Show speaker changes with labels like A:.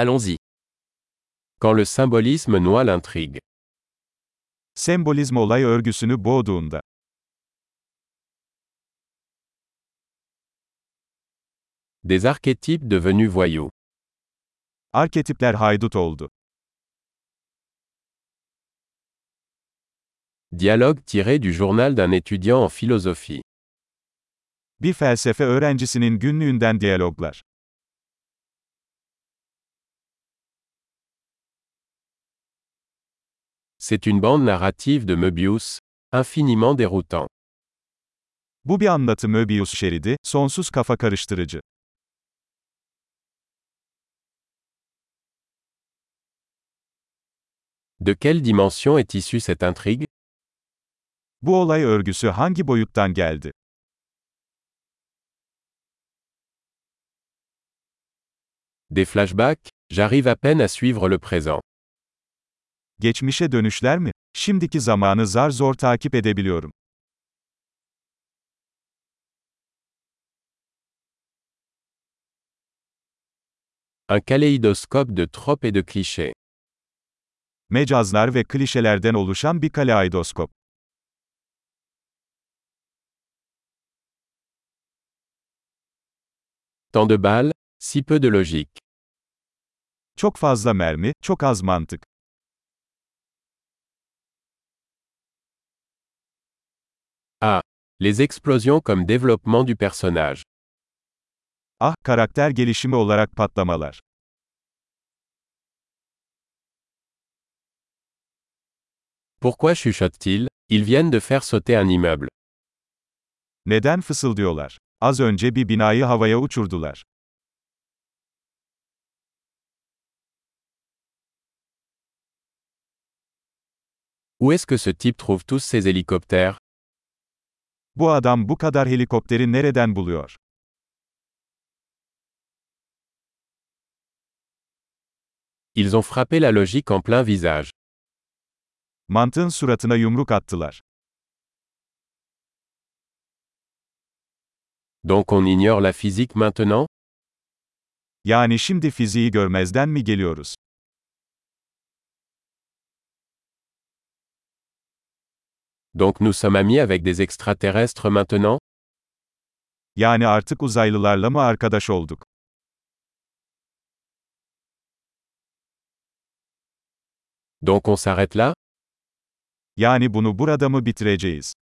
A: Allons-y. Quand le symbolisme noie l'intrigue.
B: Sembolizm olay örgüsünü boğduğunda.
A: Des archétypes devenus voyous.
B: Arketipler haydut oldu.
A: Dialogue tiré du journal d'un étudiant en philosophie.
B: Bir felsefe öğrencisinin günlüğünden diyaloglar.
A: C'est une bande narrative de Möbius, infiniment déroutant.
B: Bu bir anlatı Möbius şeridi, sonsuz kafa karıştırıcı.
A: De quelle dimension est issue cette intrigue
B: Bu olay örgüsü hangi boyuttan geldi?
A: Des flashbacks J'arrive à peine à suivre le présent.
B: Geçmişe dönüşler mi? Şimdiki zamanı zar zor takip edebiliyorum.
A: Un kaléidoscope de tropes et de clichés.
B: Mecazlar ve klişelerden oluşan bir kaleidoskop.
A: Tant de balles, si peu de logique.
B: Çok fazla mermi, çok az mantık.
A: Les explosions comme développement du personnage.
B: Ah, karakter gelişimi olarak patlamalar.
A: Pourquoi chuchote-t-il Ils viennent de faire sauter un immeuble.
B: Neden fısıldıyorlar? Az önce bir binayı havaya uçurdular.
A: Où est-ce que ce type trouve tous ces hélicoptères
B: Bu adam bu kadar helikopteri nereden buluyor?
A: Ils ont frappé la logique en plein visage.
B: Mantığın suratına yumruk attılar.
A: Donc on ignore la physique maintenant
B: Yani şimdi fiziği görmezden mi geliyoruz?
A: Donc nous sommes amis avec des extraterrestres maintenant
B: Yani artık uzaylılarla mı arkadaş olduk?
A: Donc on s'arrête là
B: Yani bunu burada mı bitireceğiz?